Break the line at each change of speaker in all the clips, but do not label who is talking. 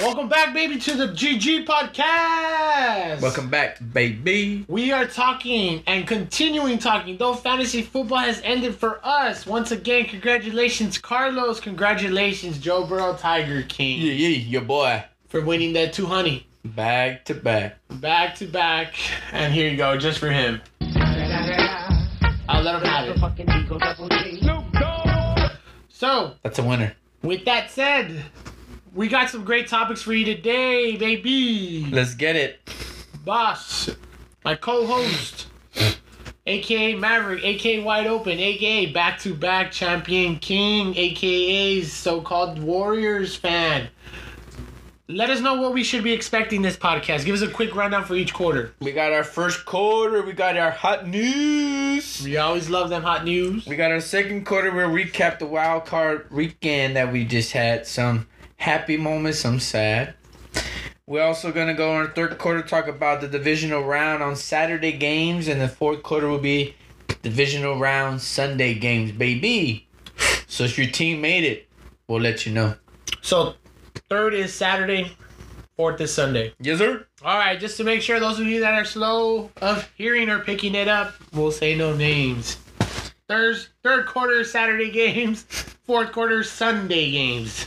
Welcome back, baby, to the GG podcast.
Welcome back, baby.
We are talking and continuing talking. Though fantasy football has ended for us, once again, congratulations, Carlos. Congratulations, Joe Burrow, Tiger King,
Yeah, yeah, your boy.
for winning that 200.
Back to back.
Back to back. And here you go, just for him. I'll let him have it. So,
That's a winner.
with that said, we got some great topics for you today, baby.
Let's get it.
boss, my co-host, aka Maverick, aka Wide Open, aka Back to Back Champion King, aka's so-called Warriors fan. Let us know what we should be expecting this podcast. Give us a quick rundown for each quarter.
We got our first quarter. We got our hot news.
We always love them hot news.
We got our second quarter. We'll recap the wild card weekend that we just had. Some happy moments, some sad. We're also gonna go in our third quarter talk about the divisional round on Saturday games, and the fourth quarter will be divisional round Sunday games, baby. So if your team made it, we'll let you know.
So, third is Saturday, fourth is Sunday.
Yes, sir.
All right, just to make sure those of you that are slow of hearing or picking it up, we'll say no names. Third, third quarter Saturday games, fourth quarter Sunday games.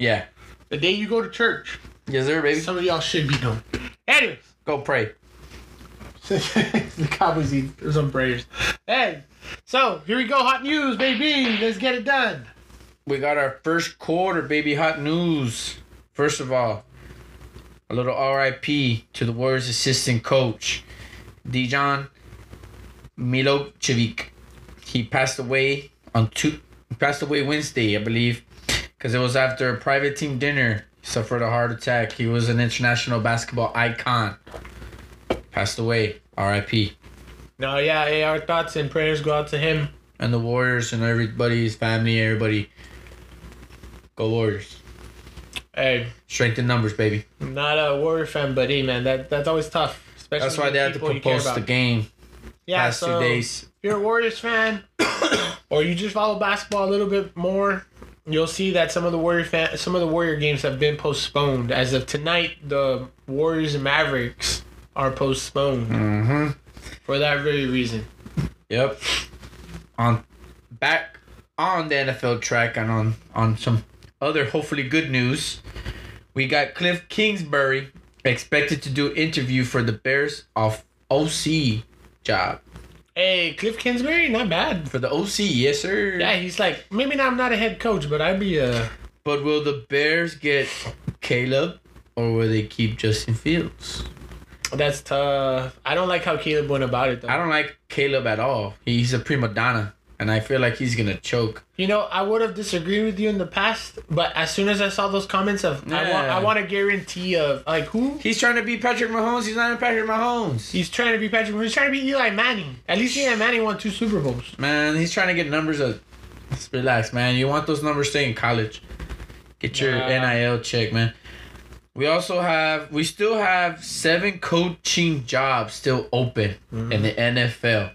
Yeah.
The day you go to church,
Yes, sir, baby.
some of y'all should be doing. Anyways,
Go pray.
the Cowboys need some prayers. Hey, so here we go, hot news, baby. Let's get it done.
We got our first quarter, baby. Hot news. First of all, a little RIP to the Warriors assistant coach, Dijon Milojevic. He passed away on two. He passed away Wednesday, I believe, because it was after a private team dinner. He suffered a heart attack. He was an international basketball icon. Passed away. RIP.
No, yeah, hey, our thoughts and prayers go out to him.
And the Warriors and everybody, his family, everybody. Go Warriors.
Hey,
Strength in numbers, baby.
I'm not a Warrior fan, but hey, man, that, that's always tough. Especially
That's why they had to
people you care
propose the
about.
game
Yeah,
past
so-
two days.
if you're a Warriors fan or you just follow basketball a little bit more, you'll see that some of the Warrior fan, some of the Warrior games have been postponed. As of tonight, the Warriors and Mavericks are postponed
Mm-hmm.
for that very reason.
Yep. On back on the NFL track and on on some other hopefully good news, we got Cliff Kingsbury expected to do interview for the Bears off OC job
Hey, Cliff Kingsbury, not bad.
for the OC. Yes, sir.
Yeah, he's like maybe not, I'm not a head coach, but I'd be a.
But will the Bears get Caleb or will they keep Justin Fields?
That's tough. I don't like how Caleb went about it though.
I don't like Caleb at all. He's a prima donna, and I feel like he's gonna choke.
You know, I would have disagreed with you in the past, but as soon as I saw those comments of I want I
Yeah.
want a guarantee of like who
He's trying to be Patrick Mahomes. He's not even Patrick Mahomes.
He's trying to be Patrick. Mahomes. He's trying to be Eli Manning. At least Eli Manning won two Super Bowls.
Man, he's trying to get numbers up. Just relax, man. You want those numbers? Stay in college. Get your
Nah.
NIL check, man. We also have, we still have seven coaching jobs still open in the NFL,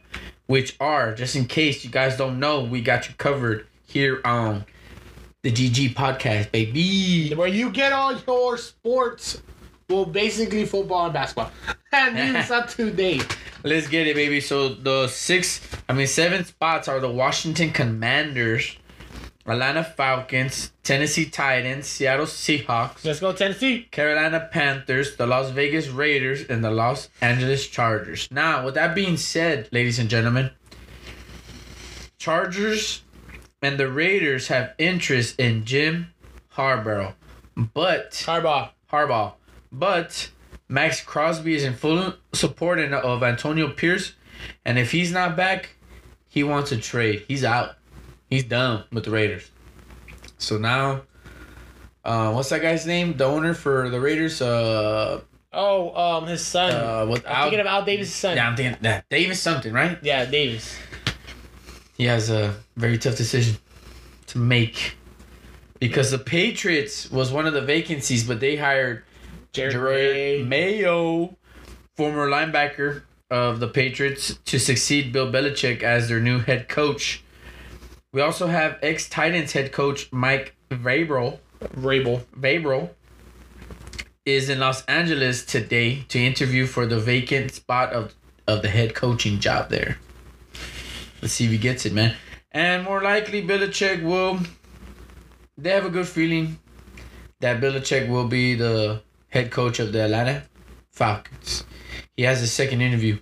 which are, just in case you guys don't know, we got you covered here on the GG podcast, baby.
Where you get all your sports, well, basically football and basketball, and news up to date.
Let's get it, baby. So the six, I mean, seven spots are the Washington Commanders, Atlanta Falcons, Tennessee Titans, Seattle Seahawks,
Let's go Tennessee.
Carolina Panthers, the Las Vegas Raiders, and the Los Angeles Chargers. Now, with that being said, ladies and gentlemen, Chargers and the Raiders have interest in Jim Harbaugh, but
Harbaugh.
Harbaugh. But Max Crosby is in full support in- of Antonio Pierce, and if he's not back, he wants a trade. He's out. He's done with the Raiders. So now, uh, what's that guy's name? The owner for the Raiders. Uh,
Oh, um, his son.
uh, with
I'm
Al-
thinking of Al Davis' son.
yeah,
Yeah,
I'm thinking that Davis something, right?
Davis.
He has a very tough decision to make because the Patriots was one of the vacancies, but they hired
Jared, May.
Jerry Mayo, former linebacker of the Patriots, to succeed Bill Belichick as their new head coach. We also have ex Titans head coach Mike Vrabel,
Rabel.
Vrabel is in Los Angeles today to interview for the vacant spot of, of the head coaching job there. Let's see if he gets it, man. And more likely, Belichick will. They have a good feeling that Belichick will be the head coach of the Atlanta Falcons. He has a second interview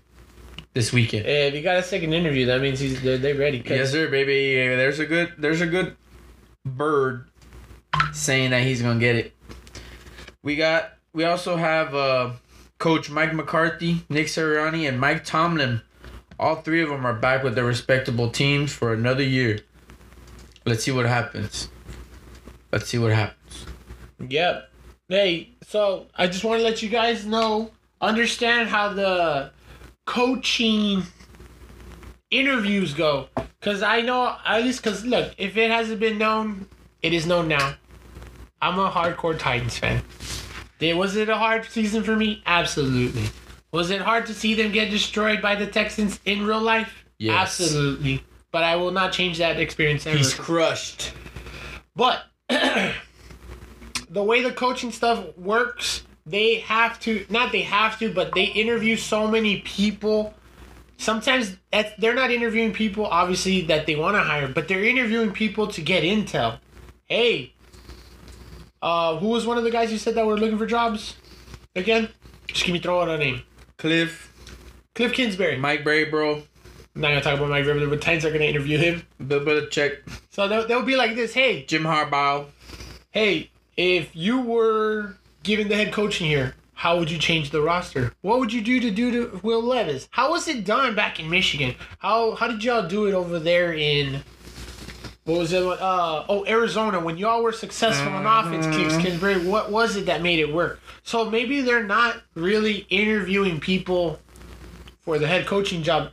this weekend.
Hey, if you got a second interview, that means he's they're, they're ready. 'cause-
Yes, sir, baby. There's a good there's a good bird saying that he's gonna get it. We got we also have uh, Coach Mike McCarthy, Nick Sirianni, and Mike Tomlin. All three of them are back with their respectable teams for another year. Let's see what happens. Let's see what happens.
Yep. Hey, so I just want to let you guys know, understand how the coaching interviews go. Because I know, at least, because look, if it hasn't been known, it is known now. I'm a hardcore Titans fan. Did, was it a hard season for me? Absolutely. Was it hard to see them get destroyed by the Texans in real life?
Yes.
Absolutely. But I will not change that experience ever.
He's crushed.
But the way the coaching stuff works, they have to not they have to, but they interview so many people. Sometimes that's, they're not interviewing people obviously that they want to hire, but they're interviewing people to get intel. Hey, uh, who was one of the guys you said that were looking for jobs? Again, just give me throw out a name.
Cliff,
Cliff Kingsbury. I'm
Mike Brady, bro.
not gonna talk about Mike Rivera, but Titans are gonna interview him.
Bill Belichick,
So they'll, they'll be like this. Hey,
Jim Harbaugh.
hey, if you were given the head coaching here, how would you change the roster? What would you do to do to Will Levis? How was it done back in Michigan? How how did y'all do it over there in what was it? Uh, oh, Arizona. When y'all were successful on offense, kicks Kingsbury, what was it that made it work? So maybe they're not really interviewing people for the head coaching job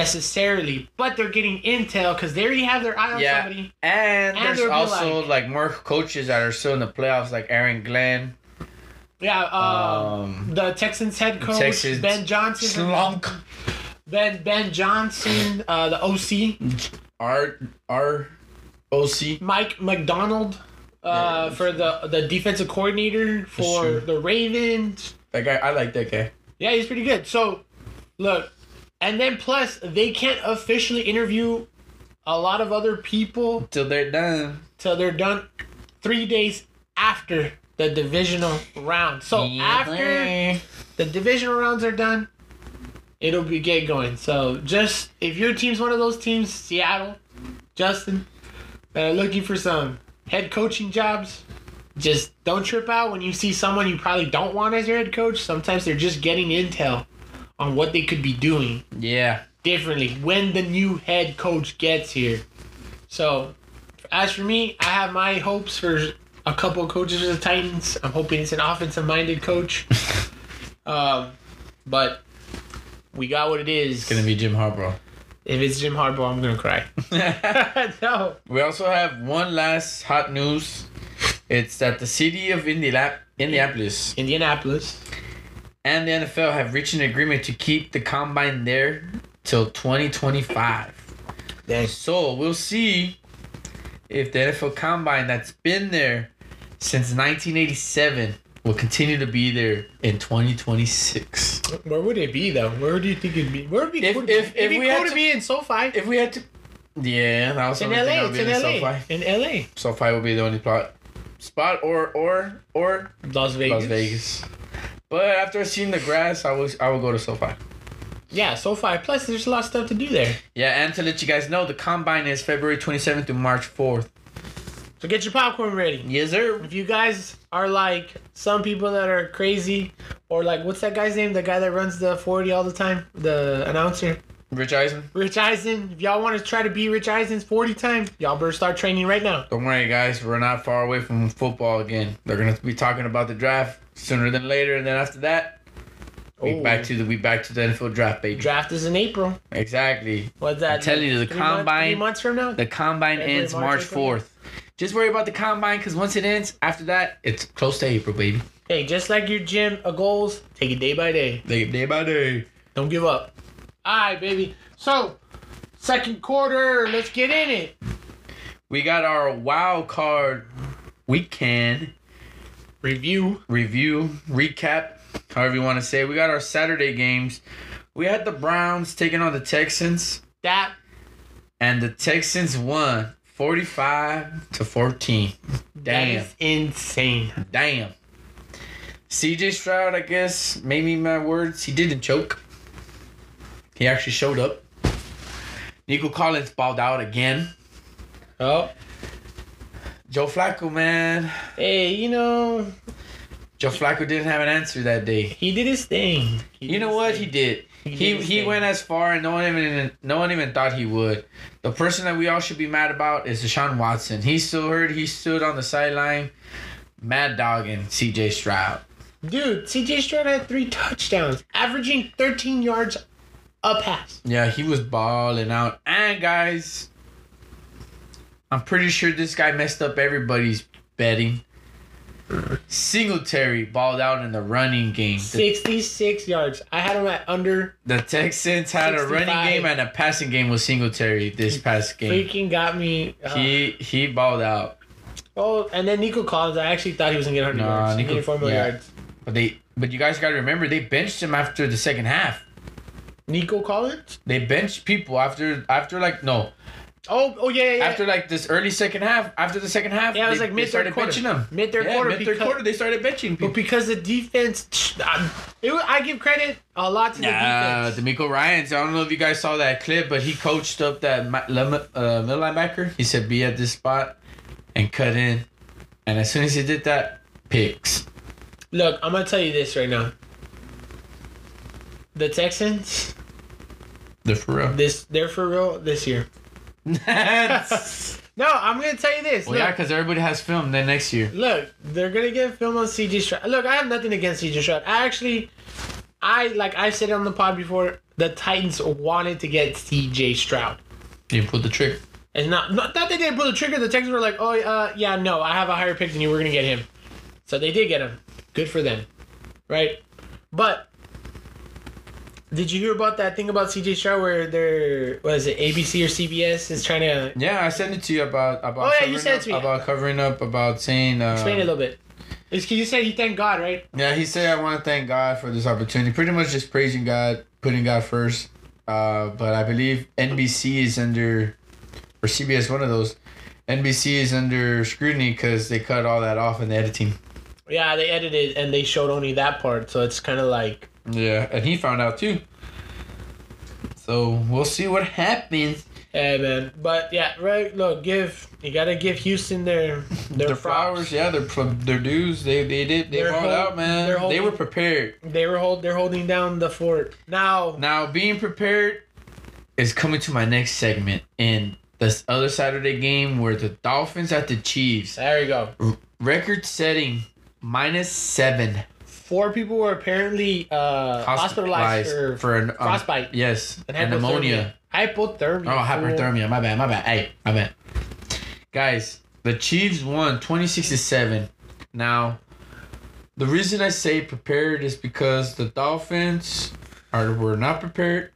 necessarily, but they're getting intel because they already have their eye on
Yeah.
somebody.
And,
And
there's
they'll be
also like, more coaches that are still in the playoffs, like Aaron Glenn,
Yeah. Uh,
um,
the Texans head coach
Texans
Ben Johnson.
Slunk,
Ben Ben Johnson, uh, the OC
R R O C.
Mike McDonald, uh,
Yeah.
for the the defensive coordinator for
sure.
the Ravens.
That guy, I like that guy.
Yeah, he's pretty good. So, look, and then plus they can't officially interview a lot of other people
Till they're done.
till they're done three days after the divisional round. So Oh, after. the divisional rounds are done. It'll be get going. So just if your team's one of those teams, Seattle, Justin, that are looking for some head coaching jobs, just don't trip out when you see someone you probably don't want as your head coach. Sometimes they're just getting intel on what they could be doing
yeah,
differently when the new head coach gets here. So as for me, I have my hopes for a couple of coaches for the Titans. I'm hoping it's an offensive minded coach. Um, but we got what it is.
gonna be Jim Harbaugh.
if it's Jim Harbaugh, I'm gonna cry. no.
we also have one last hot news. It's that the city of Indiana- Indianapolis
Indianapolis.
and the NFL have reached an agreement to keep the combine there till 2025.
That's
So we'll see if the NFL Combine that's been there since 1987 will continue to be there in 2026.
where would it be though? Where do you think it'd be? Where would it be?
If-
cool to-
if-
it'd
if
be
we
cool
had
to
to-
be in SoFi.
If we had to, yeah, that was the
in
only thing I
LA,
would
it's
be in,
in LA.
SoFi.
In LA,
SoFi will be the only plot spot, or or or
Las Vegas.
Las Vegas. But after seeing the grass, I was I will go to SoFi.
Yeah, SoFi. Plus, there's a lot of stuff to do there.
Yeah, and to let you guys know, the combine is February 27th through March 4th.
So get your popcorn ready.
Yes, sir.
If you guys are like some people that are crazy, or like what's that guy's name? The guy that runs the forty all the time, the announcer,
Rich Eisen.
Rich Eisen. If y'all want to try to beat Rich Eisen's forty time, y'all better start training right now.
Don't worry, guys. We're not far away from football again. They're gonna be talking about the draft sooner than later, and then after that, we
Oh.
back to the we back to the NFL draft, baby.
Draft is in April.
Exactly.
What's that?
I'm telling you, the
three months-
combine-
three months from now.
The combine
February,
ends
March,
March
April.
fourth. Just worry about the combine, cause once it ends, after that, it's close to April, baby.
Hey, just like your gym uh, goals, take it day by day.
Day, day by day.
Don't give up. All right, baby. So, second quarter. Let's get in it.
We got our wild card weekend
Review.
review, recap, however you want to say. it. We got our Saturday games. We had the Browns taking on the Texans,
That
and the Texans won 45 to 14.
that
Damn.
is insane.
Damn. CJ Stroud, I guess, maybe my words, he didn't choke. He actually showed up. Nico Collins balled out again.
Oh.
Joe Flacco, man.
Hey, you know,
Joe Flacco didn't have an answer that day.
he did his thing. He
You
did
know
his
what
thing.
he did?
He did
He
his
he
thing.
went as far, and no one even no one even thought he would. The person that we all should be mad about is Deshaun Watson. He still heard he stood on the sideline, mad dogging C.J. Stroud.
Dude, CJ Stroud had three touchdowns, averaging 13 yards a pass.
Yeah, he was balling out. And guys, I'm pretty sure this guy messed up everybody's betting. Singletary balled out in the running game. The,
66 yards. I had him at under.
the Texans had a running
65.
game and a passing game with Singletary this past game.
Freaking got me. uh,
He he balled out.
oh, and then Nico Collins. I actually thought he was going to get 100
Nah,
yards. He
Nico-
needed 4 more
yeah.
yards.
But they but you guys gotta remember they benched him after the second half.
Nico Collins?
They benched people after after like no
Oh, oh yeah, yeah, yeah.
after like this early second half after the second half
Yeah, it was
they,
like
they
mid-third
started
quarter.
benching them
Mid-third quarter
mid third
because-
quarter they started benching
but
people.
because the defense, I, it, was- I give credit a lot to
Nah,
the defense.
D'Amico Ryan's. I don't know if you guys saw that clip, but he coached up that mi- lem- uh, middle linebacker. He said, "Be at this spot and cut in," and as soon as he did that, picks.
Look, I'm gonna tell you this right now. The Texans,
They're for real.
this they're for real this year. No, I'm gonna tell you this.
well, yeah,
look,
because everybody has film. Then next year,
look, they're gonna get film on CG Stroud. Look, I have nothing against CG Stroud. I actually, I like I said it on the pod before. The Titans wanted to get CJ Stroud.
you pulled the trick.
It's not not that they didn't pull the trigger. The Texans were like, oh uh, yeah, no, I have a higher pick than you. We're gonna get him. So they did get him. Good for them, right? But did you hear about that thing about CJ Stroud where their what is it ABC or CBS is trying to
Yeah, I sent it to you about about.
Oh, yeah,
covering
you sent it
up,
to me.
about covering up about saying. Uh,
explain it a little bit? It's 'cause you said he thanked God, right?
Yeah, he said, "I want to thank God for this opportunity." Pretty much just praising God, putting God first. Uh, but I believe NBC is under, or CBS, one of those. NBC is under scrutiny because they cut all that off in the editing.
Yeah, they edited and they showed only that part, so it's kind of like
Yeah, and he found out too. So we'll see what happens.
Hey man, but yeah, right. Look, give you gotta give Houston their their,
Their
props.
flowers, yeah, their pl- their dues, they they did they
They're
balled
hol-
out,
they're
man. They
holding-
were prepared.
They were hold they're holding down the fort now.
Now, being prepared is coming to my next segment in this other Saturday game where the Dolphins at the Chiefs,
There we go.
record setting minus seven,
Four people were apparently uh, hospitalized, for,
an um,
frostbite.
Yes,
an
and, pneumonia.
Hypothermia.
Oh, hyperthermia. My bad. My bad. Hey, my bad. Guys, the Chiefs won 26 to 7. Now, the reason I say prepared is because the Dolphins are were not prepared.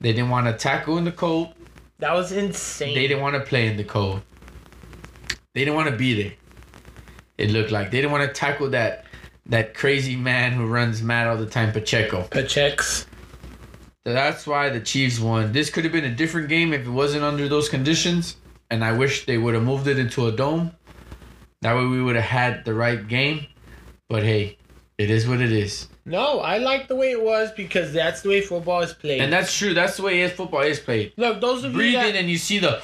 They didn't want to tackle in the cold.
That was insane.
They didn't want to play in the cold. They didn't want to be there. It looked like they didn't want to tackle that that crazy man who runs mad all the time, Pacheco.
Pachex.
That's why the Chiefs won. This could have been a different game if it wasn't under those conditions, and I wish they would have moved it into a dome. That way we would have had the right game. But hey, it is what it is.
No, I like the way it was because that's the way football is played.
And that's true. That's the way is football is played.
look, those of you
Breathe
that,
in and you see the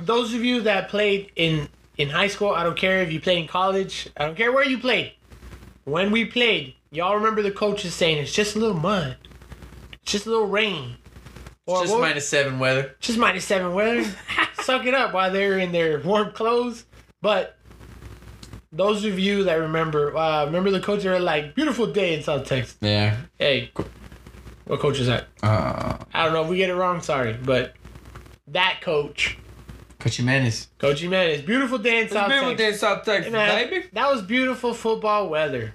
those of you that played in in high school, I don't care if you played in college, I don't care where you played. When we played, y'all remember the coaches saying it's just a little mud, it's just a little rain, or
just
what-
minus seven weather.
just minus seven weather. Suck it up while they're in their warm clothes. But those of you that remember, uh, remember the coaches are like, beautiful day in South Texas.
Yeah.
Hey, what coach is that?
Uh
I don't know. If we get it wrong, sorry. But that coach,
Coach Jimenez.
Coach Jimenez, beautiful day in South
People
Texas.
did South Texas,
Man,
baby.
that was beautiful football weather.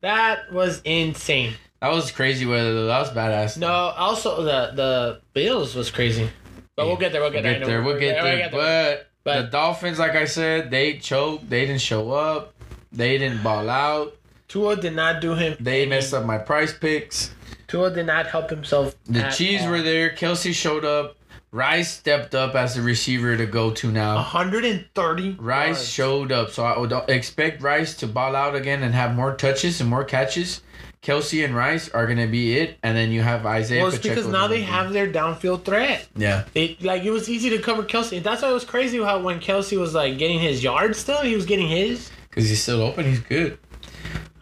That was insane.
That was crazy weather though. That was badass.
No, also the the Bills was crazy. But we'll get there. We'll
We'll
get,
get
there. I
there.
know.
We'll get
We'll
there. But,
But-
the Dolphins, like I said, they choked. They didn't show up. They didn't ball out.
Tua did not do him.
They messed up my price picks.
Tua did not help himself.
The
at
Chiefs
all.
were there. Kelsey showed up. Rice stepped up as the receiver to go to
Oh,
now.
130.
Rice
yards.
showed up, so I would expect Rice to ball out again and have more touches and more catches. Kelsey and Rice are gonna be it, and then you have Isaiah.
Well, it's
Pacheco
because now
gonna
they
be-
have their downfield threat.
yeah.
They like it was easy to cover Kelsey. That's why it was crazy how when Kelsey was like getting his yards still, he was getting his.
Because he's still open. He's good.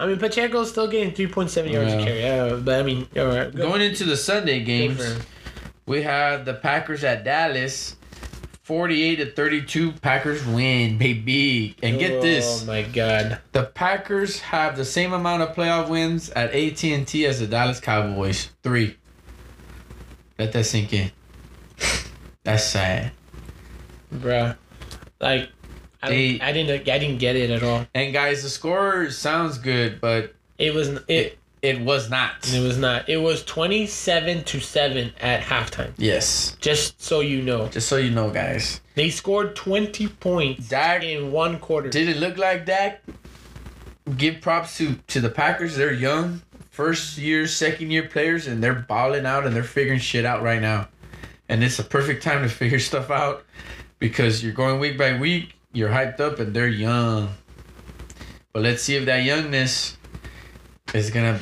I mean, Pacheco's still getting 3.7 yards a
Yeah.
carry. Uh, but I mean, all right. good-
Going into the Sunday
good
games,
for him.
we have the Packers at Dallas. 48 to 32, Packers win, baby. And get this.
Oh my god.
The Packers have the same amount of playoff wins at AT&T as the Dallas Cowboys. Three. Let that sink in. That's sad.
Bruh. Like I,
They-
don't I didn't I didn't get it at all.
And guys, the score sounds good, but
It was it
it it was not.
it was not. It was 27 to 7 at halftime.
Yes.
Just so you know.
Just so you know, guys.
They scored 20 points
Dak
in one quarter.
did it look like Dak? Give props to to the Packers. They're young, first year, second year players, and they're balling out and they're figuring shit out right now. And it's a perfect time to figure stuff out because you're going week by week. You're hyped up and they're young. But let's see if that youngness is gonna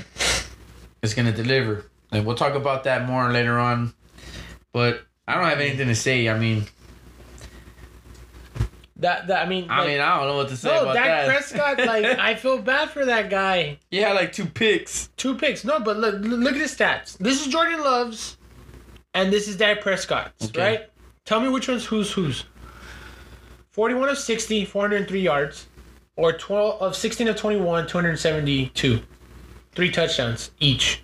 is gonna deliver. And we'll talk about that more later on. But I don't have anything to say. I mean,
That, that I mean
I
like-
mean, I don't know what to say
No,
about
Dak
that.
Prescott, like I feel bad for that guy.
he had like two picks.
Two picks. No, but look look at the stats. This is Jordan Love's and this is Dak Prescott's,
Okay.
right? Tell me which one's who's whose. 41 of 60, 403 yards. Or 12 of 16 of 21, 272. Three touchdowns each.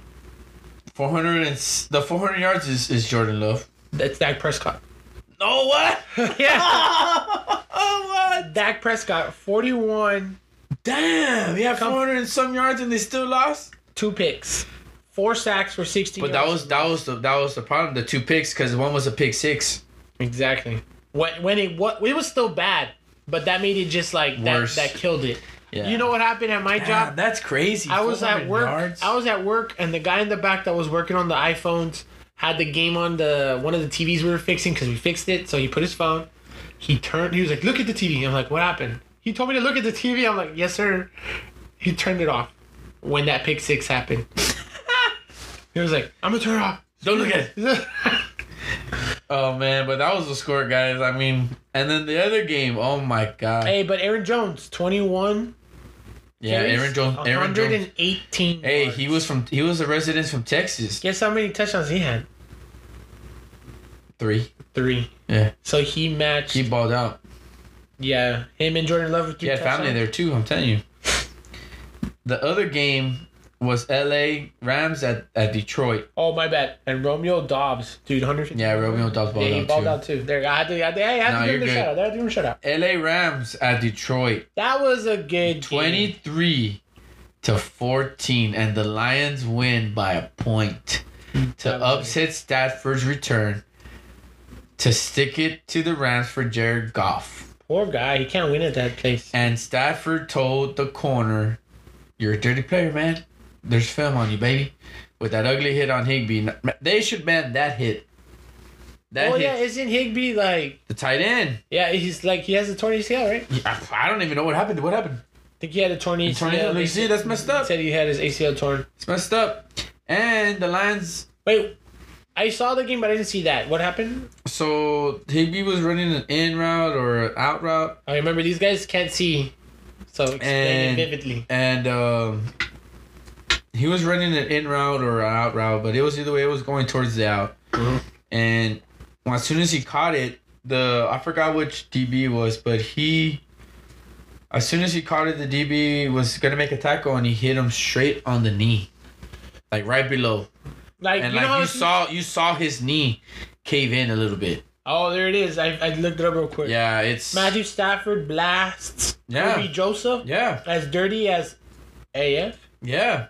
400 and s- the 400 yards is, is Jordan Love.
That's Dak Prescott.
No what?
Yeah.
Ah! oh what?
Dak Prescott, 41,
Damn, he had
Come-
400 and some yards and they still lost.
two picks, four sacks for 16
But that
yards.
was that was the that was the problem. The two picks because one was a pick six.
Exactly. When when it what it was still bad, but that made it just like that
Worse.
that killed it.
Yeah.
You know what happened at my
Damn,
job?
that's crazy.
I was at
400
work.
yards.
I was at work, and the guy in the back that was working on the iPhones had the game on the one of the TVs we were fixing because we fixed it. So he put his phone. He turned. He was like, "Look at the TV." I'm like, "What happened?" He told me to look at the TV. I'm like, "Yes, sir." He turned it off when that pick six happened. he was like, "I'm gonna turn it off."
Don't look at it. Oh man, but that was the score, guys. I mean, and then the other game. Oh my god.
hey, but Aaron Jones, twenty one.
yeah, Aaron Jones. Aaron Jones.
118.
Hey,
yards.
he was from he was a resident from Texas.
Guess how many touchdowns he had?
Three.
Three.
Yeah,
So he matched.
he balled out.
yeah, him and Jordan Love with three
He had family
touchdowns.
there too. I'm telling you. The other game was L.A. Rams at, at Detroit.
Oh my bad. And Romeo Dobbs, dude, 150.
Yeah, Romeo Dobbs balled
Yeah, he
out,
balled
too.
out too. There, I had to, I had to, I had
No,
to give him a
you're
shout out. I had to give him a shout out.
L.A. Rams at Detroit,
That was a good game.
23 to 14, and the Lions win by a point to
Hmm. That was
upset Stafford's return to stick it to the Rams for Jared Goff.
Poor guy, he can't win at that place.
And Stafford told the corner, "You're a dirty player, man. There's film on you, baby." With that ugly hit on Higby, they should ban that hit. That
oh
hit,
yeah, isn't Higby like?
the tight end.
Yeah, he's like he has a torn ACL, right? I
I, I don't even know what happened. What happened?
think he had a torn ACL.
torn ACL,
They
see, that's messed up.
He said he had his ACL torn.
It's messed up. And the Lions.
Wait, I saw the game, but I didn't see that. What happened?
So Higby was running an in route or an out route,
I remember these guys can't see, so explain
And-
it vividly.
and um, he was running an in route or an out route, but it was either way. It was going towards the out.
Mhm.
And well, as soon as he caught it, the I forgot which DB was, but he. As soon as he caught it, the DB was gonna make a tackle, and he hit him straight on the knee, like right below.
Like
and
you know, how
like you
it's-
saw you saw his knee cave in a little bit.
oh, there it is. I, I looked it up real quick.
Yeah, it's
Matthew Stafford blasts
Yeah.
Kirby Joseph
yeah,
as dirty as AF
yeah,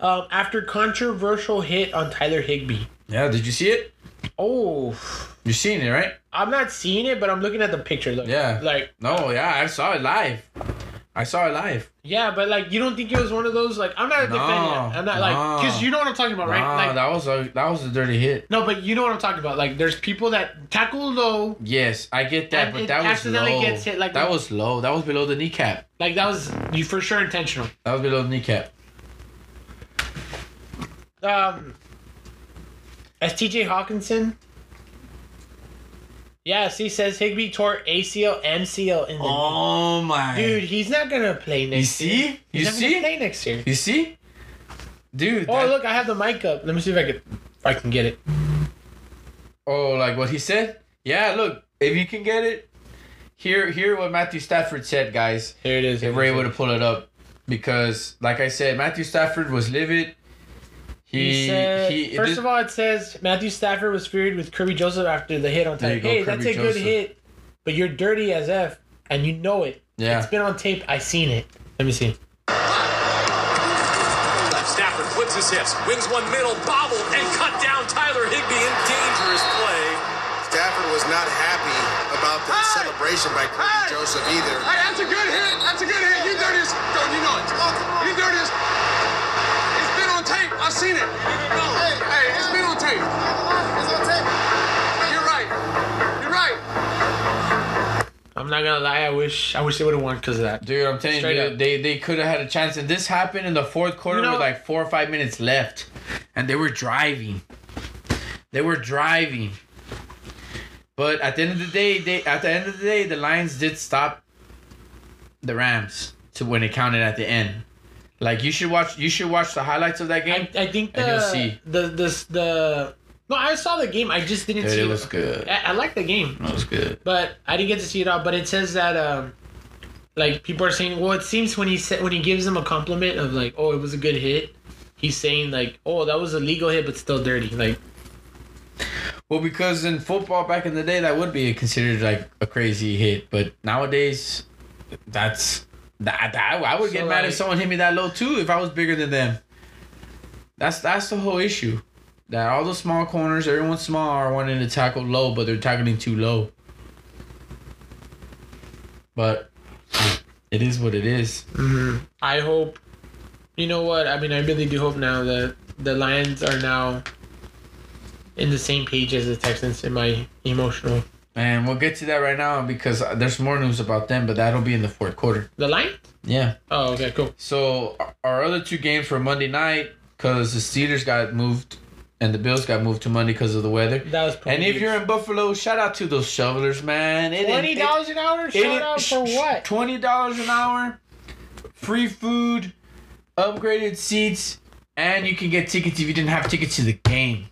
um, after controversial hit on Tyler Higby.
yeah. Did you see it?
Oh,
You seen it, right?
I'm not seeing it, but I'm looking at the picture. Look,
Yeah.
like
No, yeah, I saw it live. I saw it live.
Yeah, but like you don't think it was one of those like I'm not a
No,
defender. I'm not like because
no.
you know what I'm talking about, right?
Nah,
like
that was a that was a dirty hit.
no, but you know what I'm talking about. Like there's people that tackle low,
Yes, I get that,
And
but
it
that was
accidentally
low.
gets hit like-
that was low. That was below the kneecap.
like that was you for sure intentional.
That was below the kneecap.
Um, as T.J. Hawkinson. Yes, he says Higby tore ACL, MCL in the
Oh my
dude. He's not gonna play
You
next. year.
see? You
He's not gonna
see?
play next year.
You see? Dude.
Oh
that-
look, I have the mic up. Let me see if I could, if I can get it.
Oh, like what he said? Yeah, look, if you can get it, hear hear what Matthew Stafford said, guys.
Here it is.
If we're able to pull it up, because like I said, Matthew Stafford was livid. He
He
he.
said, first
this-
of all, it says Matthew Stafford was furied with Kirby Joseph after the hit on
There you
time.
go,
Hey, that's
Kirby
a good
Joseph.
hit, but you're dirty as F, and you know it.
Yeah.
It's been on tape. I seen it. Let me see.
Left Stafford flips his hips, wings one middle, bobbled, and cut down Tyler Higbee in dangerous play.
Stafford was not happy about the
Hey!
celebration by Kirby
Hey!
Joseph either.
Hey, that's a good hit. That's a good hit. You dirty as don't you know it. You dirty as it's been on tape. I've seen it. Hey, hey, it's been on tape. You're right. You're right.
I'm not gonna lie. I wish I wish they would have won because of that.
Dude, I'm telling
Straight
you,
up.
they they could have had a chance, and this happened in the fourth quarter
You know-
with like four or five minutes left, and they were driving. They were driving, but at the end of the day, they at the end of the day, the Lions did stop the Rams to when it counted at the end. Like you should watch, you should watch the highlights of that game.
I, I think the
And you'll see.
the this the no. I saw the game. I just didn't
Dude,
see
it was good.
I, I like the game,
That was good.
but I didn't get to see it all. But it says that um, like people are saying, well, it seems when he said when he gives him a compliment of like, oh, it was a good hit. He's saying like, oh, that was a legal hit, but still dirty. Like,
Well, because in football back in the day, that would be considered like a crazy hit, but nowadays, that's that, that I would get
So,
mad
like-
if someone hit me that low too if I was bigger than them. That's that's the whole issue. That all the small corners, everyone's small, are wanting to tackle low, but they're tackling too low. But it is what it is.
I hope, you know what? I mean, I really do hope now that the Lions are now in the same page as the Texans in my emotional.
And we'll get to that right now because there's more news about them, but that'll be in the fourth quarter.
The Lions?
Yeah.
Oh, okay, cool.
So our other two games for Monday night, because the Steelers got moved and the Bills got moved to Monday because of the weather.
That was
And if you're in Buffalo, shout out to those shovelers, man. It
twenty
didn't- it-
dollars an hour,
it
shout out for
didn't-
what?
Twenty dollars an hour, free food, upgraded seats, and you can get tickets if you didn't have tickets to the game.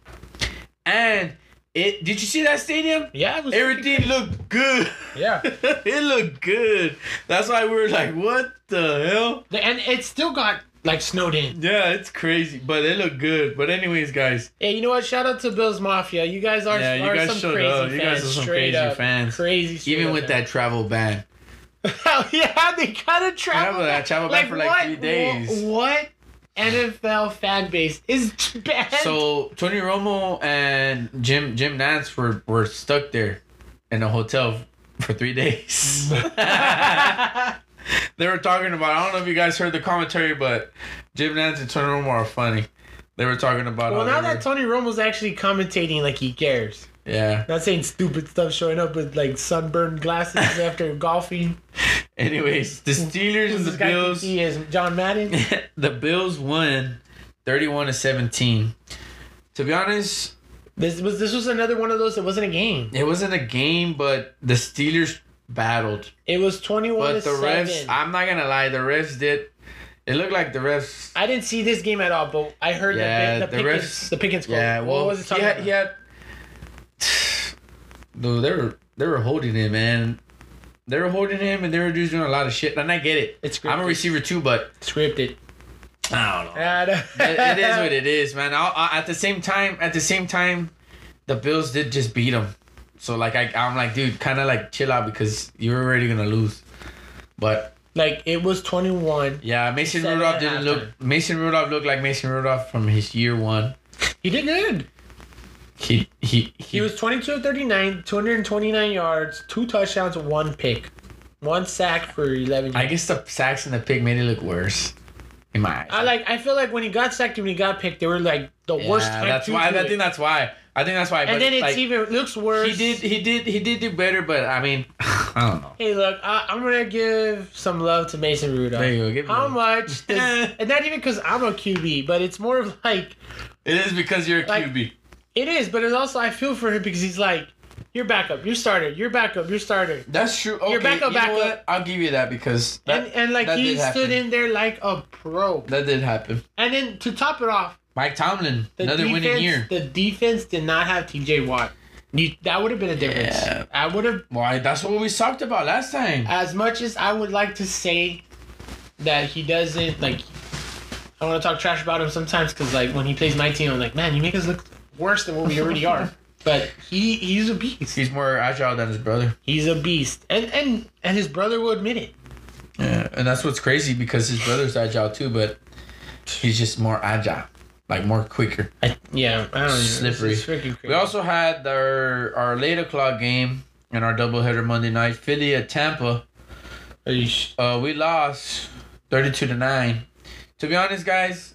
And it did you see that stadium?
Yeah, it was
Everything looked good.
Yeah,
it looked good. That's why we were like, what the hell?
and it still got like snowed in.
Yeah, it's crazy, but they look good. But anyways, guys,
Hey, you know what? Shout out to Bills Mafia. You guys are,
Yeah, you
are
guys
some
showed
crazy
up.
fans.
You guys are some
straight
crazy
up.
fans.
Crazy. straight
even
up
with
fans.
that travel ban,
Hell yeah, they kind of travel.
Yeah,
back.
travel back for, like, three days.
wha- What, NFL fan base is banned?
so Tony Romo and Jim Jim Nance were were stuck there in a hotel for three days. they were talking about. I don't know if you guys heard the commentary, but Jim Nance and Tony Romo are funny. They were talking about.
well,
how
now
they were-
that Tony Romo's actually commentating like he cares,
yeah.
not saying stupid stuff, showing up with like sunburned glasses after golfing.
Anyways, the Steelers and the
This guy thinks
Bills.
He is John Madden.
the Bills won, thirty-one to seventeen. To be honest,
This was this was another one of those that wasn't a game.
It wasn't a game, but the Steelers battled.
It was twenty one to
But the
seven.
refs,
I,
I'm not gonna lie, the refs did. It looked like the refs.
didn't see this game at all, but I heard
Yeah,
the, the,
the
Pickens,
refs-
the Pickens call.
Yeah, well,
what was it
he
talking
had, he
about?
had. Dude, they were they were holding him, man. They were holding him, and they were just doing a lot of shit. And I get it.
It's
I'm a
scripted.
receiver too, but
Scripted.
I don't know.
And-
it, it is what it is, man. I, I, at the same time, at the same time, the Bills did just beat them. So like I, I'm like, dude, kind of like chill out because you're already gonna lose. But
Like it was twenty one.
Yeah, Mason
Seven
Rudolph
at
didn't look. Mason Rudolph looked like Mason Rudolph from his year one.
He did good.
He he he,
He was 22 of 39, 229 yards, two touchdowns, one pick. One sack for 11 yards.
I guess the sacks and the pick made it look worse in my eyes.
I like. I feel like when he got sacked and when he got picked, they were like the
Yeah,
worst time.
That's
to
why.
do
I
it.
think that's why. I think that's why. but,
and then it's
like,
even it looks worse.
He did. He did. He did do better. But I mean, I don't know.
Hey, look, I, I'm gonna give some love to Mason Rudolph.
There you go, give him
How
love.
much? Does, and not even because I'm a QB, but it's more of like
It is because you're a
Like-
QB.
it is. But it's also I feel for him because he's like, you're backup, you're starter, you're backup, you're starter.
That's true. Okay,
backup,
you know
backup.
what? I'll give you that because that,
and and like
that
he
did happen.
stood in there like a pro.
That did happen.
And then to top it off,
Mike Tomlin,
the
another
defense,
winning year.
the defense did not have T.J. Watt. You, that would have been a difference.
Yeah.
I would have
Why? That's what we talked about last time.
as much as I would like to say that he doesn't like, I want to talk trash about him sometimes because like when he plays my team, I'm like, man, you make us look worse than what we already are. But he he's a beast.
He's more agile than his brother.
He's a beast, and and and his brother will admit it.
Yeah, and that's what's crazy because his brother's agile too, but he's just more agile, like more quicker.
I, yeah, I don't know.
Slippery.
It's freaking
We
crazy.
also had our our late o'clock game and our doubleheader Monday night, Philly at Tampa.
Are you sh-
Uh, we lost thirty-two to nine. To be honest, guys,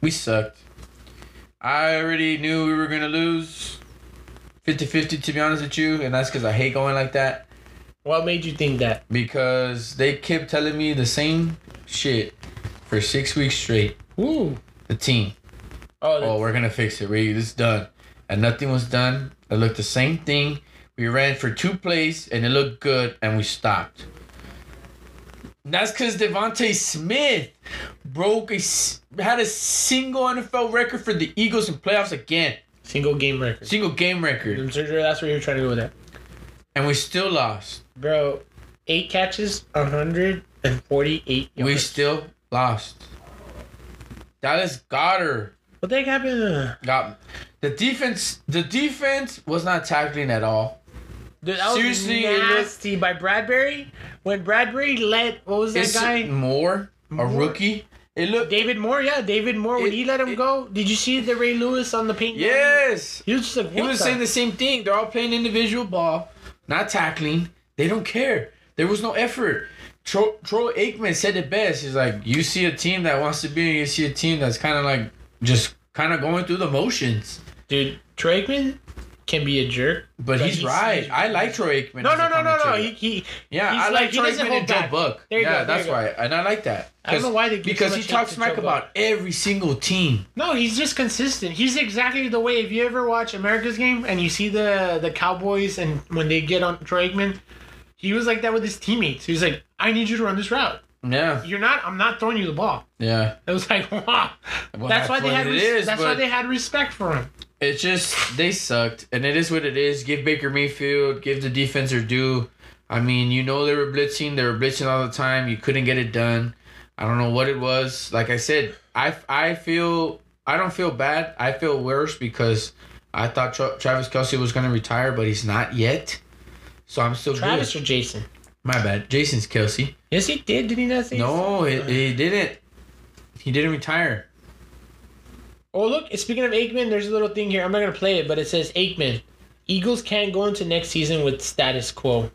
we sucked. I already knew we were gonna lose. 50-50 to be honest with you and that's because i hate going like that
what made you think that?
because they kept telling me the same shit for six weeks straight.
Ooh.
The team,
Oh,
oh, we're gonna fix it. We this is done, and nothing was done. It looked the same thing. We ran for two plays and it looked good, and we stopped. That's because Devonte Smith broke a s- had a single NFL record for the Eagles in playoffs again,
single game record.
single game record,
I'm sure that's where you're trying to go with that,
and we still lost.
bro. Eight catches, 148 yards.
We still lost. Dallas Goddard
what the heck happened? Uh,
Got the defense. The defense was not tackling at all.
Dude, that
Seriously, it
was
looked-
nasty by Bradbury. When Bradbury let what was that
Is
guy?
it Moore, a
Moore?
rookie? It looked
David Moore, yeah, David Moore. when
It-
he let him
it-
go, did you see the Ray Lewis on the paint? line?
yes.
he was just like what
He was
the-
saying the same thing. They're all playing individual ball, not tackling. They don't care. There was no effort. Tro- Troy Aikman said it best. He's like, you see a team that wants to be, and you see a team that's kind of like just kind of going through the motions.
dude. Troy Aikman can be a jerk.
But,
But
he's
he's-
right.
he's-
I like Troy Aikman.
No,
as a
no, no, no, no.
commentator.
He, he
Yeah,
he's
I like,
he
Troy
doesn't
Aikman
hold
and Joe
back.
Buck.
There you
yeah,
go, there
that's
you go.
why, and I like that.
I don't know
'Cause-
why they give
because
so
he
much hate
talks
to
smack
Joe
about every single team.
No, he's just consistent. He's exactly the way. If you ever watch America's Game and you see the the Cowboys and when they get on Troy Aikman, he was like that with his teammates. He was like, "I need you to run this route.
Yeah,
You're not. I'm not throwing you the ball."
yeah.
It was like, wow.
Well,
that's why they
what
had.
it
res-
is,
that's
but-
why they had respect for him.
It's just they sucked, and it is what it is. Give Baker Mayfield, give the defense their due. I mean, you know they were blitzing, they were blitzing all the time. You couldn't get it done. I don't know what it was. Like I said, I I feel I don't feel bad. I feel worse because I thought Tra- Travis Kelsey was gonna retire, but he's not yet. So I'm still
Travis
good.
or Jason?
My bad. Jason's Kelsey.
Yes, he did. Did he not say?
No, he, he didn't. He didn't retire.
Oh look, speaking of Aikman, there's a little thing here. I'm not gonna play it, but it says Aikman. Eagles can't go into next season with status quo.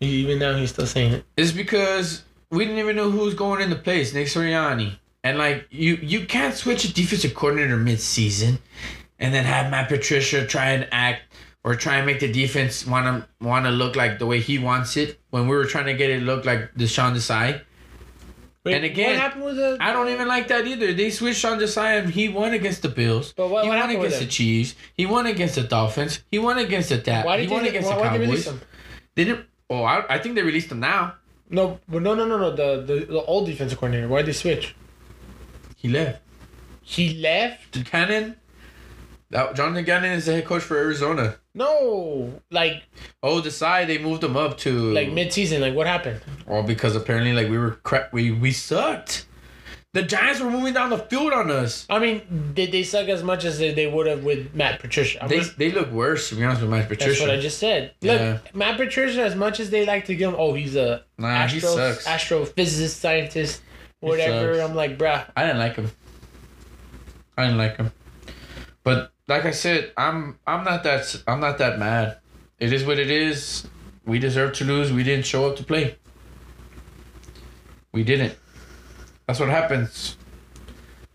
Even now, he's still saying it.
It's because we didn't even know who was going into place. Nick Sirianni. And like you, you can't switch a defensive coordinator mid-season, and then have Matt Patricia try and act or try and make the defense want to want to look like the way he wants it. When we were trying to get it look like Deshaun Desai.
Wait,
And again,
what happened with the?
I don't even like that either. They switched on Desai and he won against the Bills.
But what-
he
what
won
happened with
against the
him?
Chiefs. He won against the Dolphins. He won against the Tap.
Why
he
did
won
they,
against
why,
the
why they
Cowboys.
release him?
They didn't. Oh, I, I think they released him now.
No, but no, no, no, no. The, the the old defensive coordinator. Why did they switch?
He left.
He left.
Gannon. That Jonathan Gannon is the head coach for Arizona.
No, like
Oh, Desai, they moved him up to
like mid season. Like what happened?
Well, because apparently, like we were crap. We we sucked. The Giants were moving down the field on us.
I mean, did they suck as much as they, they would have with Matt Patricia? I'm
They,
gonna-
they look worse to be honest with Matt Patricia.
that's what I just said.
Yeah.
Look, Matt Patricia, as much as they like to give him, oh, he's a
Nah, he sucks.
astrophysicist, scientist, whatever.
sucks.
I'm like, bruh.
I didn't like him. I didn't like him. But like I said, I'm I'm not that I'm not that mad. It is what it is. We deserved to lose. We didn't show up to play. We didn't. That's what happens.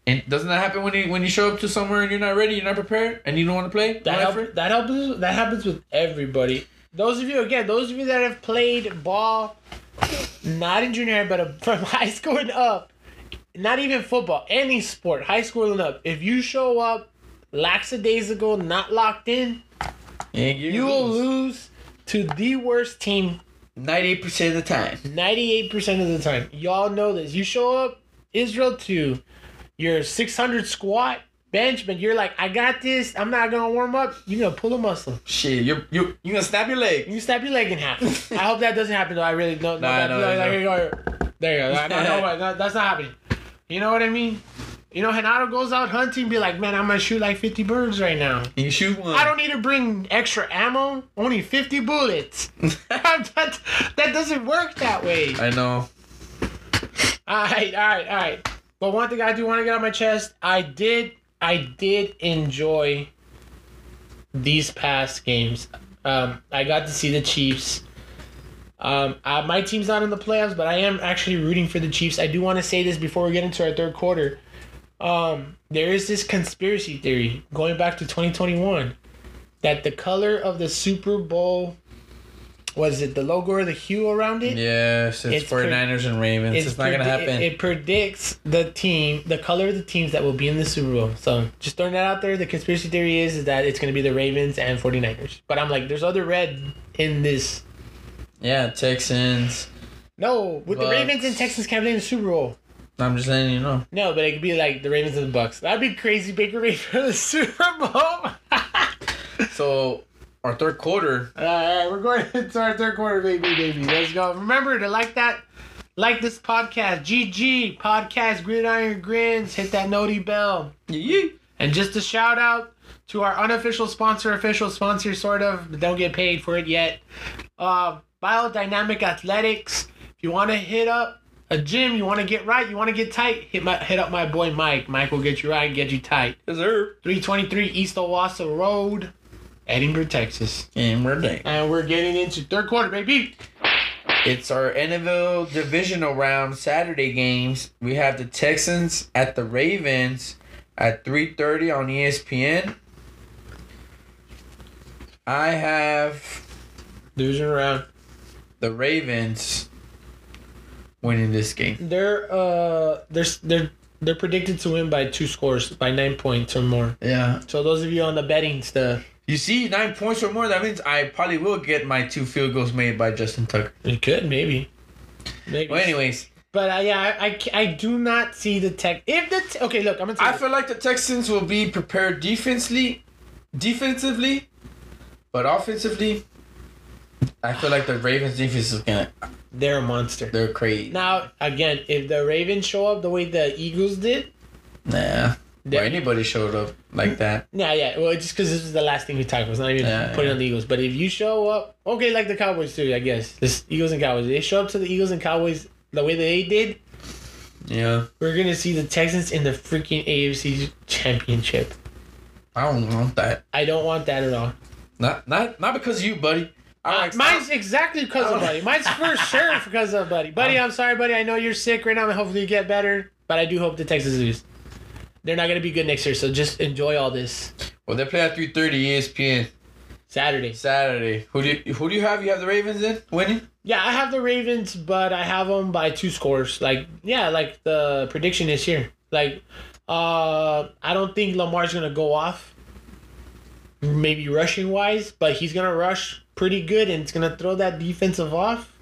And doesn't that happen when you when you show up to somewhere and you're not ready, you're not prepared, and you don't want to play?
That
No effort?
help, that happens that happens with everybody. Those of you again, those of you that have played ball, not in junior, high, but uh, from high school and up, not even football, any sport, high school and up. If you show up lackadaisical, not locked in,
And
you will lose to the worst team
ninety-eight percent of the time.
98% of the time. Y'all know this. You show up Israel to your 600 squat bench, but you're like, I got this. I'm not going to warm up. You're going to pull a muscle.
Shit, you you you gonna snap your leg?
You snap your leg in half. I hope that doesn't happen, though. I really don't know.
Nah,
that,
no,
like,
no.
like, or- There you go. No, no, no, no, that's not happening. You know what I mean? You know, Hanato goes out hunting, be like, man, I'm going to shoot like 50 birds right now.
And you shoot one.
I don't need to bring extra ammo, only 50 bullets. that, that doesn't work that way.
I know.
Alright, alright, alright. But one thing I do want to get on my chest, I did I did enjoy these past games. Um, I got to see the Chiefs. Um, uh, my team's not in the playoffs, but I am actually rooting for the Chiefs. I do want to say this before we get into our third quarter. Um, there is this conspiracy theory going back to 2021 that the color of the Super Bowl was it the logo or the hue around it?
Yes, it's,
It's
49ers and Ravens. It's, not gonna
predi-
happen.
It, it predicts the team, the color of the teams that will be in the Super Bowl. So just throwing that out there. The conspiracy theory is, is that it's going to be the Ravens and 49ers. But I'm like, there's other red in this.
yeah, Texans.
No, with the
Bucks.
Ravens and Texans can't play in the Super Bowl.
I'm just letting you know.
No, but it could be like the Ravens and the Bucks. That'd be crazy. Baker Mayfield in the Super Bowl. All
So our third quarter.
right, we're going into our third quarter, baby, baby. Let's go. Remember to like that. Like this podcast, GG Podcast Gridiron Grins. Hit that noti bell.
Yee.
And just a shout out to our unofficial sponsor, official sponsor, sort of, but don't get paid for it yet. Uh, Biodynamic Athletics. If you want to hit up a gym, you want to get right, you want to get tight, hit my hit up my boy Mike. Mike will get you right and get you tight.
Yes, sir.
323 East Owasso Road, Edinburgh, Texas.
And we're done.
And we're getting into third quarter, baby.
It's our NFL divisional round Saturday games. We have the Texans at the Ravens at 3:30 on E ESPN. I have
Losing around.
the Ravens winning this game.
They're uh they're they're they're predicted to win by two scores, by nine points or more.
Yeah.
So those of you on the betting stuff,
You see, 9 points or more, that means I probably will get my two field goals made by Justin Tucker.
It could maybe. Maybe.
Well, anyways,
But uh, yeah, I, I ca- I do not see the tech. If the te- okay, look, I'm gonna. Tell
I
you.
feel like the Texans will be prepared defensively, defensively, but offensively, I feel like the Ravens defense is gonna
they're a monster.
they're crazy.
Now again, if the Ravens show up the way the Eagles did,
Nah.
They-
Or anybody showed up like that.
nah, yeah, well, just because this is the last thing we talked about, it's not even
Yeah,
putting
yeah.
on the Eagles. But if you show up, okay, like the Cowboys too, I guess. This Eagles and Cowboys, they show up to the Eagles and Cowboys the way that they did.
Yeah.
We're gonna see the Texans in the freaking AFC Championship.
I don't want that.
I don't want that at all.
Not not not because of you, buddy. I don't like-
Mine's exactly because of
Oh.
Buddy. Mine's for sure because of Buddy. Buddy, I'm sorry, Buddy. I know you're sick right now, and hopefully you get better. But I do hope the Texans lose. They're not gonna be good next year, so just enjoy all this
Well, they play at three thirty E ESPN
Saturday.
Saturday. Who do you, who do you have? You have the Ravens in winning.
Yeah, I have the Ravens, but I have them by two scores. Like, yeah, like the prediction is here. Like, uh, I don't think Lamar's gonna go off. Maybe rushing wise, but he's gonna rush pretty good, and it's gonna throw that defensive off.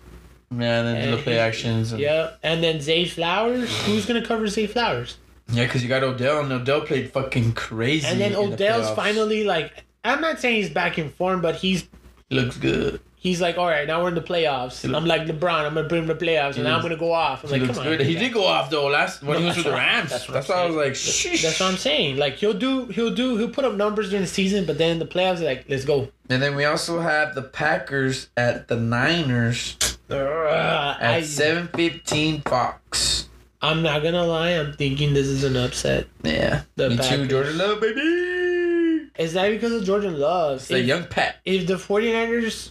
Yeah, and then
And
the play
he-
actions. and-
Yeah, and then Zay Flowers. Who's gonna cover Zay Flowers?
Yeah, because you got Odell, and Odell played fucking crazy.
And then
in the
Odell's
playoffs.
finally like, I'm not saying he's back in form, but he's
looks good.
he's like, all right, now we're in the playoffs. I'm like LeBron, I'm gonna bring the playoffs, and I'm
looks-
gonna go off. I'm like,
looks
come on.
good. He did go off though last when
No,
he was with
that's
the
what-
Rams.
that's
That's,
what
why
I'm
I was like, sheesh.
That's what I'm saying. Like he'll do, he'll do, he'll put up numbers during the season, but then in the playoffs, like let's go.
And then we also have the Packers at the Niners
Ugh,
at
I,
seven fifteen Fox.
I'm not gonna lie. I'm thinking this is an upset.
Yeah,
The
me too.
Packers.
Jordan Love, baby.
Is that because of Jordan Love?
It's the
If-
young Pat.
if the 49ers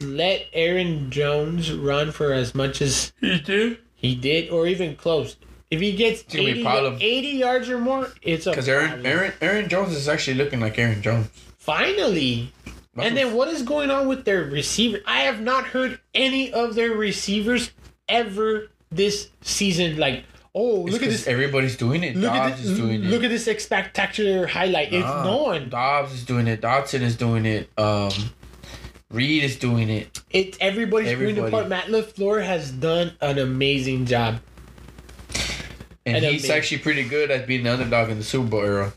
let Aaron Jones run for as much as
He did.
he did, or even close. If he gets
gonna be a
80,
problem.
80 yards or more, it's a
Because Aaron,
problem.
Aaron, Aaron Jones is actually looking like Aaron Jones.
Finally,
That's
and
what-
then what is going on with their receiver? I have not heard any of their receivers ever this season. Like, oh,
It's
look at
'cause
this.
Everybody's doing it.
Look
Dobbs
at this.
is doing
Look
it.
at this spectacular highlight. It's
Ah,
no one.
Dobbs is doing it. Dotson is doing it. Um, Reed is doing it.
It's everybody's doing the
Everybody.
part. Matt LaFleur has done an amazing job.
And,
And
he's
amazing.
actually pretty good at being the underdog in the Super Bowl era.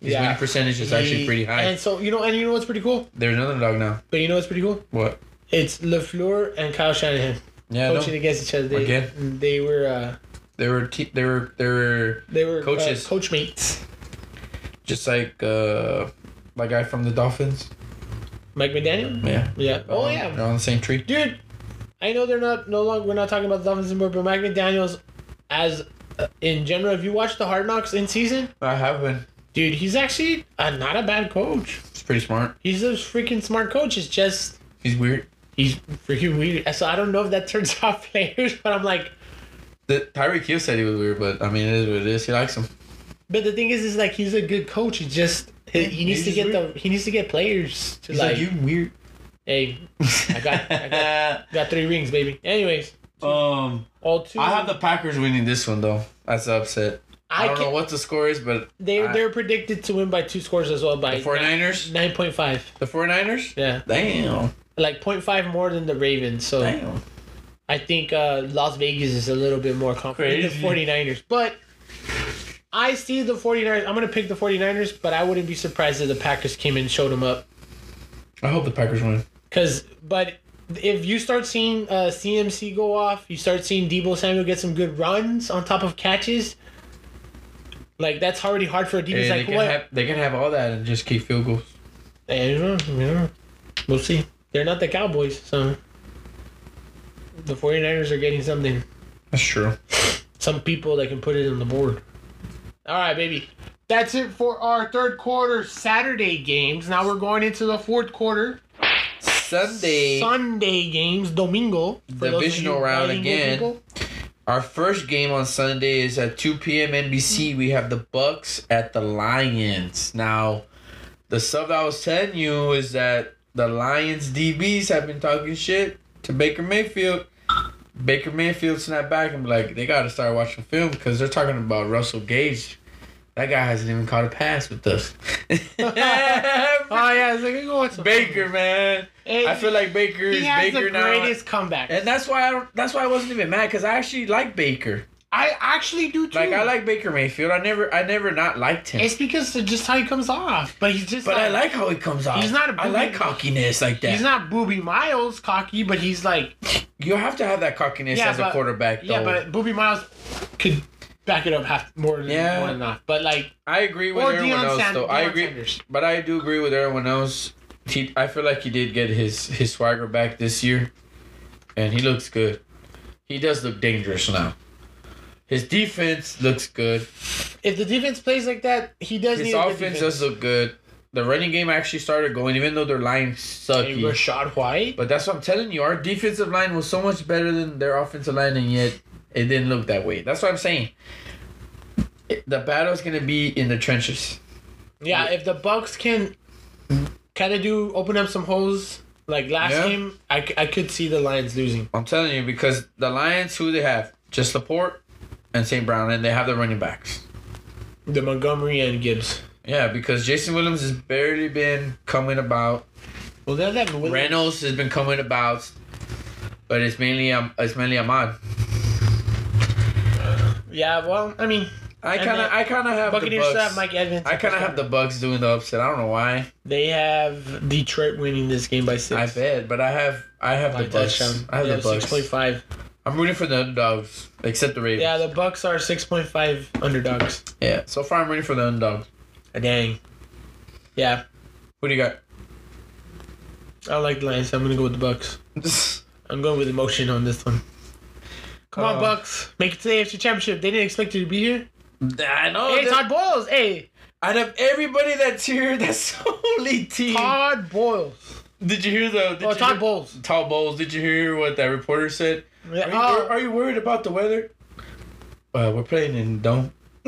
His winning percentage is actually
He-
pretty high.
And so you know, and you know what's pretty cool?
They're an underdog now.
But you know what's pretty cool?
What?
It's LaFleur and Kyle Shanahan
Yeah, I know.
coaching against each other. They,
Again.
they were uh
they were te- they were they were
they were uh,
Coaches.
coach mates.
just like uh, my guy from the Dolphins.
Mike McDaniel?
Yeah.
Yeah. Oh
Um,
yeah.
They're on the same tree.
Dude, I know they're not no longer we're not talking about the Dolphins anymore, but Mike McDaniel's as uh, in general, if you watch the Hard Knocks in season,
I have been.
dude, he's actually uh, not a bad coach.
He's pretty smart.
He's a freaking smart coach. It's just
He's weird.
he's freaking weird. So I don't know if that turns off players, but I'm like,
The Tyreek Hill said he was weird, but I mean it is what it is. He likes him.
but the thing is, is like he's a good coach. He just he, he needs
He's
to
just
get
weird.
the he needs to get players to
He's
like,
like, you weird.
hey, I got I got, got three rings, baby. Anyways,
um,
all two.
I have the Packers winning this one though. That's an upset. I,
I,
don't
can,
know what the score is, but
They
I-
they're predicted to win by two scores as well by
the 49ers.
nine point five.
The 49ers.
Yeah,
Damn.
like 0.5 more than the Ravens. So
Damn.
I think uh, Las Vegas is a little bit more confident
Crazy.
than 49ers. But I see the 49ers. I'm gonna pick the 49ers, but I wouldn't be surprised if the Packers came and showed them up.
I hope the Packers win.
Cause but if you start seeing uh, CMC go off, you start seeing Debo Samuel get some good runs on top of catches. Like that's already hard for a defense.
Hey, they
Like
can
what?
have they can have all that and just keep field goals.
Hey, you know, you know, uh, we'll see. They're not the Cowboys, so the 49ers are getting something.
That's true.
Some people that can put it on the board. All right, baby. That's it for our third quarter Saturday games. Now we're going into the fourth quarter
Sunday,
Sunday games, Domingo. for those of
Divisional
you
round
bilingual
again.
people.
our first game on Sunday is at 2 p.m. NBC. We have the Bucks at the Lions. Now, the stuff that I was telling you is that the Lions DBs have been talking shit to Baker Mayfield. Baker Mayfield snapped back and be like, they got to start watching film because they're talking about Russell Gage. That guy hasn't even caught a pass with us.
Oh yeah, it's like go watch some-
Baker, man.
Hey,
I feel like Baker is
he has
Baker
the
now.
greatest comeback.
And that's why I don't, that's why I wasn't even mad because I actually like Baker.
I actually do too.
Like I like Baker Mayfield. I never I never not liked him.
It's because of just how he comes off, but he's just.
but
like,
I like how he comes off.
He's not a
I like
bully.
cockiness like that.
He's not Booby Miles cocky, but he's like
you have to have that cockiness
Yeah,
as a
but-
quarterback though.
yeah, but Booby Miles could back it up half more than
Yeah.
more than not. But like
I agree with
or
everyone
Deion
else
Sand-
though. I
Deion
agree
Sanders.
but I do agree with everyone else. He I feel like he did get his his swagger back this year. And he looks good. He does look dangerous now. His defense looks good.
if the defense plays like that, he does
His
need a good
offense
defense.
does look good. The running game actually started going, even though their line
Hey,
sucky.
Rashad White.
But that's what I'm telling you. Our defensive line was so much better than their offensive line, and yet it didn't look that way. That's what I'm saying. It- the battle's gonna be in the trenches.
Yeah, if the Bucks can kind of do open up some holes like last
Yeah.
game, I, c- I could see the Lions losing.
I'm telling you because the Lions, who they have, just Laporte and St. Brown, and they have the running backs.
The Montgomery and Gibbs.
Yeah, because Jason Williams has barely been coming about.
Well, they'll have Williams.
Reynolds has been coming about, but it's mainly um, it's mainly Ahmad.
Yeah, well, I mean,
I
And
kind of
the
I kind of have
Buccaneers
the
still
Bucks.
have Mike Evans.
I kind of have the Bucks doing the upset. I don't know why.
They have Detroit winning this game by six.
I bet, but I have I have
By
the Bucks.
touchdown.
I have
They
the Bucks.
six point five.
I'm rooting for the underdogs, except the Ravens.
Yeah,
Yeah.
the Bucks are six point five underdogs.
So far, I'm rooting for the underdogs.
Dang. Yeah,
Who do you got?
I like the Lions. so I'm gonna go with the Bucks. I'm going with emotion on this one. Come on,
Uh,
Bucks, make it to the AFC Championship. They didn't expect you to be here.
I know.
hey,
that-
Todd Boyles. Hey,
out of everybody that's here, that's the only team
Todd Boyles.
Did you hear the? Did
Oh,
you
Todd
hear-
Bowles.
Todd Bowles. Did you hear what that reporter said?
Yeah,
Are you,
oh.
are you worried about the weather? Well, we're playing in dome.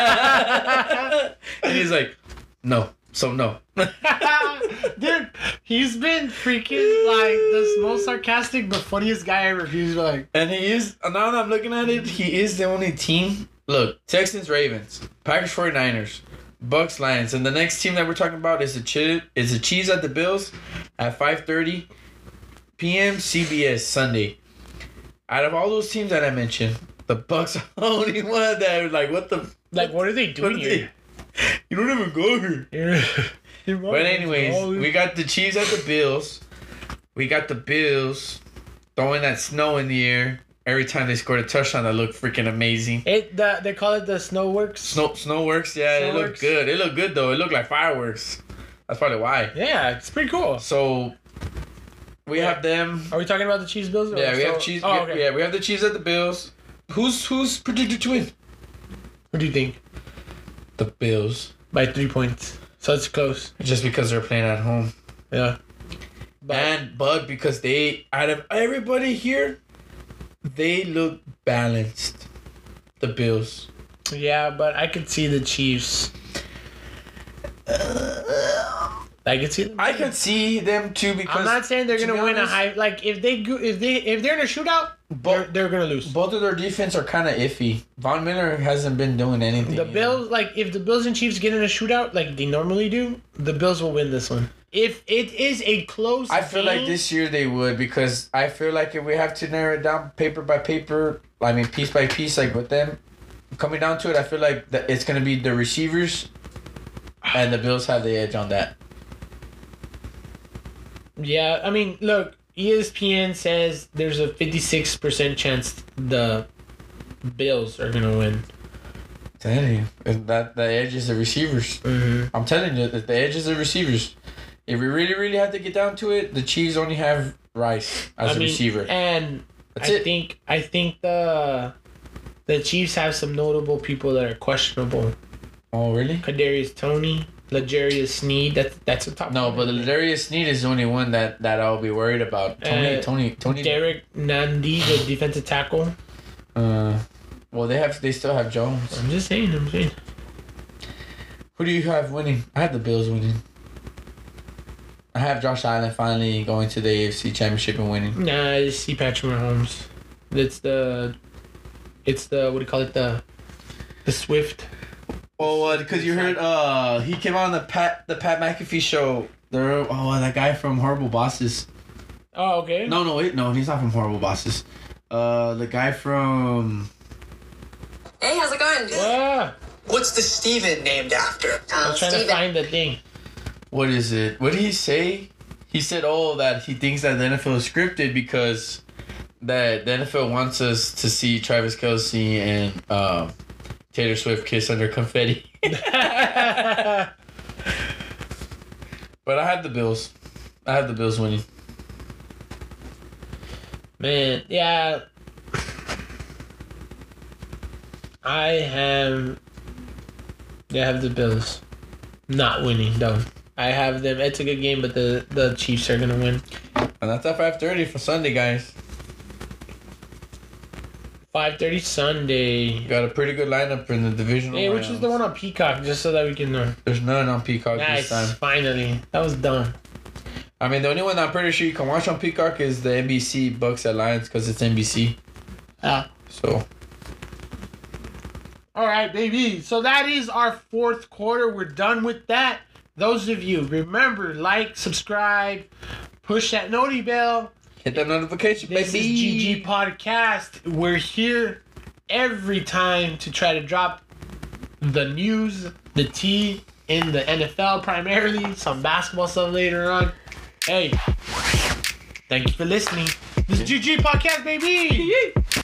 and he's like, no. So no.
Dude, he's been freaking like this most sarcastic but funniest guy ever. He's like,
And he is, now that I'm looking at it, he is the only team. Look, Texans, Ravens, Packers, 49ers, Bucks, Lions, and the next team that we're talking about is the chi- is the Cheese at the Bills at 5:30 p.m. CBS Sunday. Out of all those teams that I mentioned, the Bucks are the only one that are like, what the,
like what are they
what
doing
are they? You don't even go here.
here?
But anyways, we got the Chiefs at the Bills. We got the Bills throwing that snow in the air every time they scored a touchdown. That looked freaking amazing.
it the, they call it the snow works.
Snow snow works. Yeah, it
Snow
looked
works.
good. It looked good though. It looked like fireworks. That's probably why.
Yeah, it's pretty cool.
So we have them.
Are we talking about the cheese bills? or
Yeah, we
so-
have Chiefs.
Oh, okay.
Yeah, we have the Chiefs at the Bills. Who's who's predicted to win?
What do you think?
The Bills.
By three points, so it's close.
Just because they're playing at home.
Yeah. But
and but because they out of everybody here they look balanced the bills
yeah, but I could see the Chiefs. I could see them.
i could see them too because
I'm not saying they're
to
gonna
be
win a
honest,
high. Like if they go, if they if they're in a shootout, they're,
But-
they're gonna lose.
both of their defense are kind of iffy von miller hasn't been doing anything
the
you know.
Bills, like if the Bills and Chiefs get in a shootout, like they normally do, the Bills will win this one. If it is a close,
i feel like
game-
this year they would because i feel like if we have to narrow it down paper by paper i mean piece by piece like with them coming down to it i feel like that it's gonna be the receivers and the bills have the edge on that
Yeah, I mean, look, E ESPN says there's a 56% chance the Bills are gonna win.
telling you, if that the edge is the receivers.
Mm-hmm.
I'm telling you, that the edge is the receivers. If we really, really have to get down to it, the Chiefs only have Rice as
I
a
mean,
receiver.
and
That's
I
it.
think I think the the Chiefs have some notable people that are questionable.
oh, really?
Kadarius Tony, Legarius Sneed. That's that's a top.
No, but the Darius Sneed is the only one that, that I'll be worried about. Tony,
Uh,
Tony, Tony.
Derek Nandi, the defensive tackle.
uh, well, they have they still have Jones.
I'm just saying. I'm saying.
Who do you have winning? I have the Bills winning. I have Josh Allen finally going to the AFC Championship and winning.
Nah, I just see Patrick Mahomes. That's the. It's the what do you call it the, the Swift.
Oh, because you heard uh he came on the Pat the Pat McAfee show. There, oh, that guy from Horrible Bosses.
Oh okay.
No, no, wait, no, he's not from Horrible Bosses. Uh, the guy from
Hey, how's it going?
Ah,
What's the Steven named after?
Um,
I'm trying to
Steven.
find the thing.
what is it? What did he say? He said, "Oh, that he thinks that the NFL is scripted because that the NFL wants us to see Travis Kelsey and um, Taylor Swift kiss under confetti." but I have the Bills. I have the Bills winning.
Man, yeah. I have. They have the Bills, not winning though. I have them. It's a good game, but the the Chiefs are gonna win.
And that's at five thirty for Sunday, guys.
Five thirty Sunday.
Got a pretty good lineup in the divisional.
Hey, which is the
rounds.
one on Peacock, just so that we can know.
There's none on Peacock this
Nice,
time.
finally. That was dumb.
I mean, the only one I'm pretty sure you can watch on Peacock is the NBC Bucks at Lions because it's NBC.
Ah.
So
All right, baby. So that is our fourth quarter. We're done with that. Those of you, remember, like, subscribe, push that noti bell.
hit that notification,
This is
baby.
GG Podcast. We're here every time to try to drop the news, the tea in the NFL primarily, some basketball stuff later on. Hey, thank you for listening. This is GG Podcast, baby.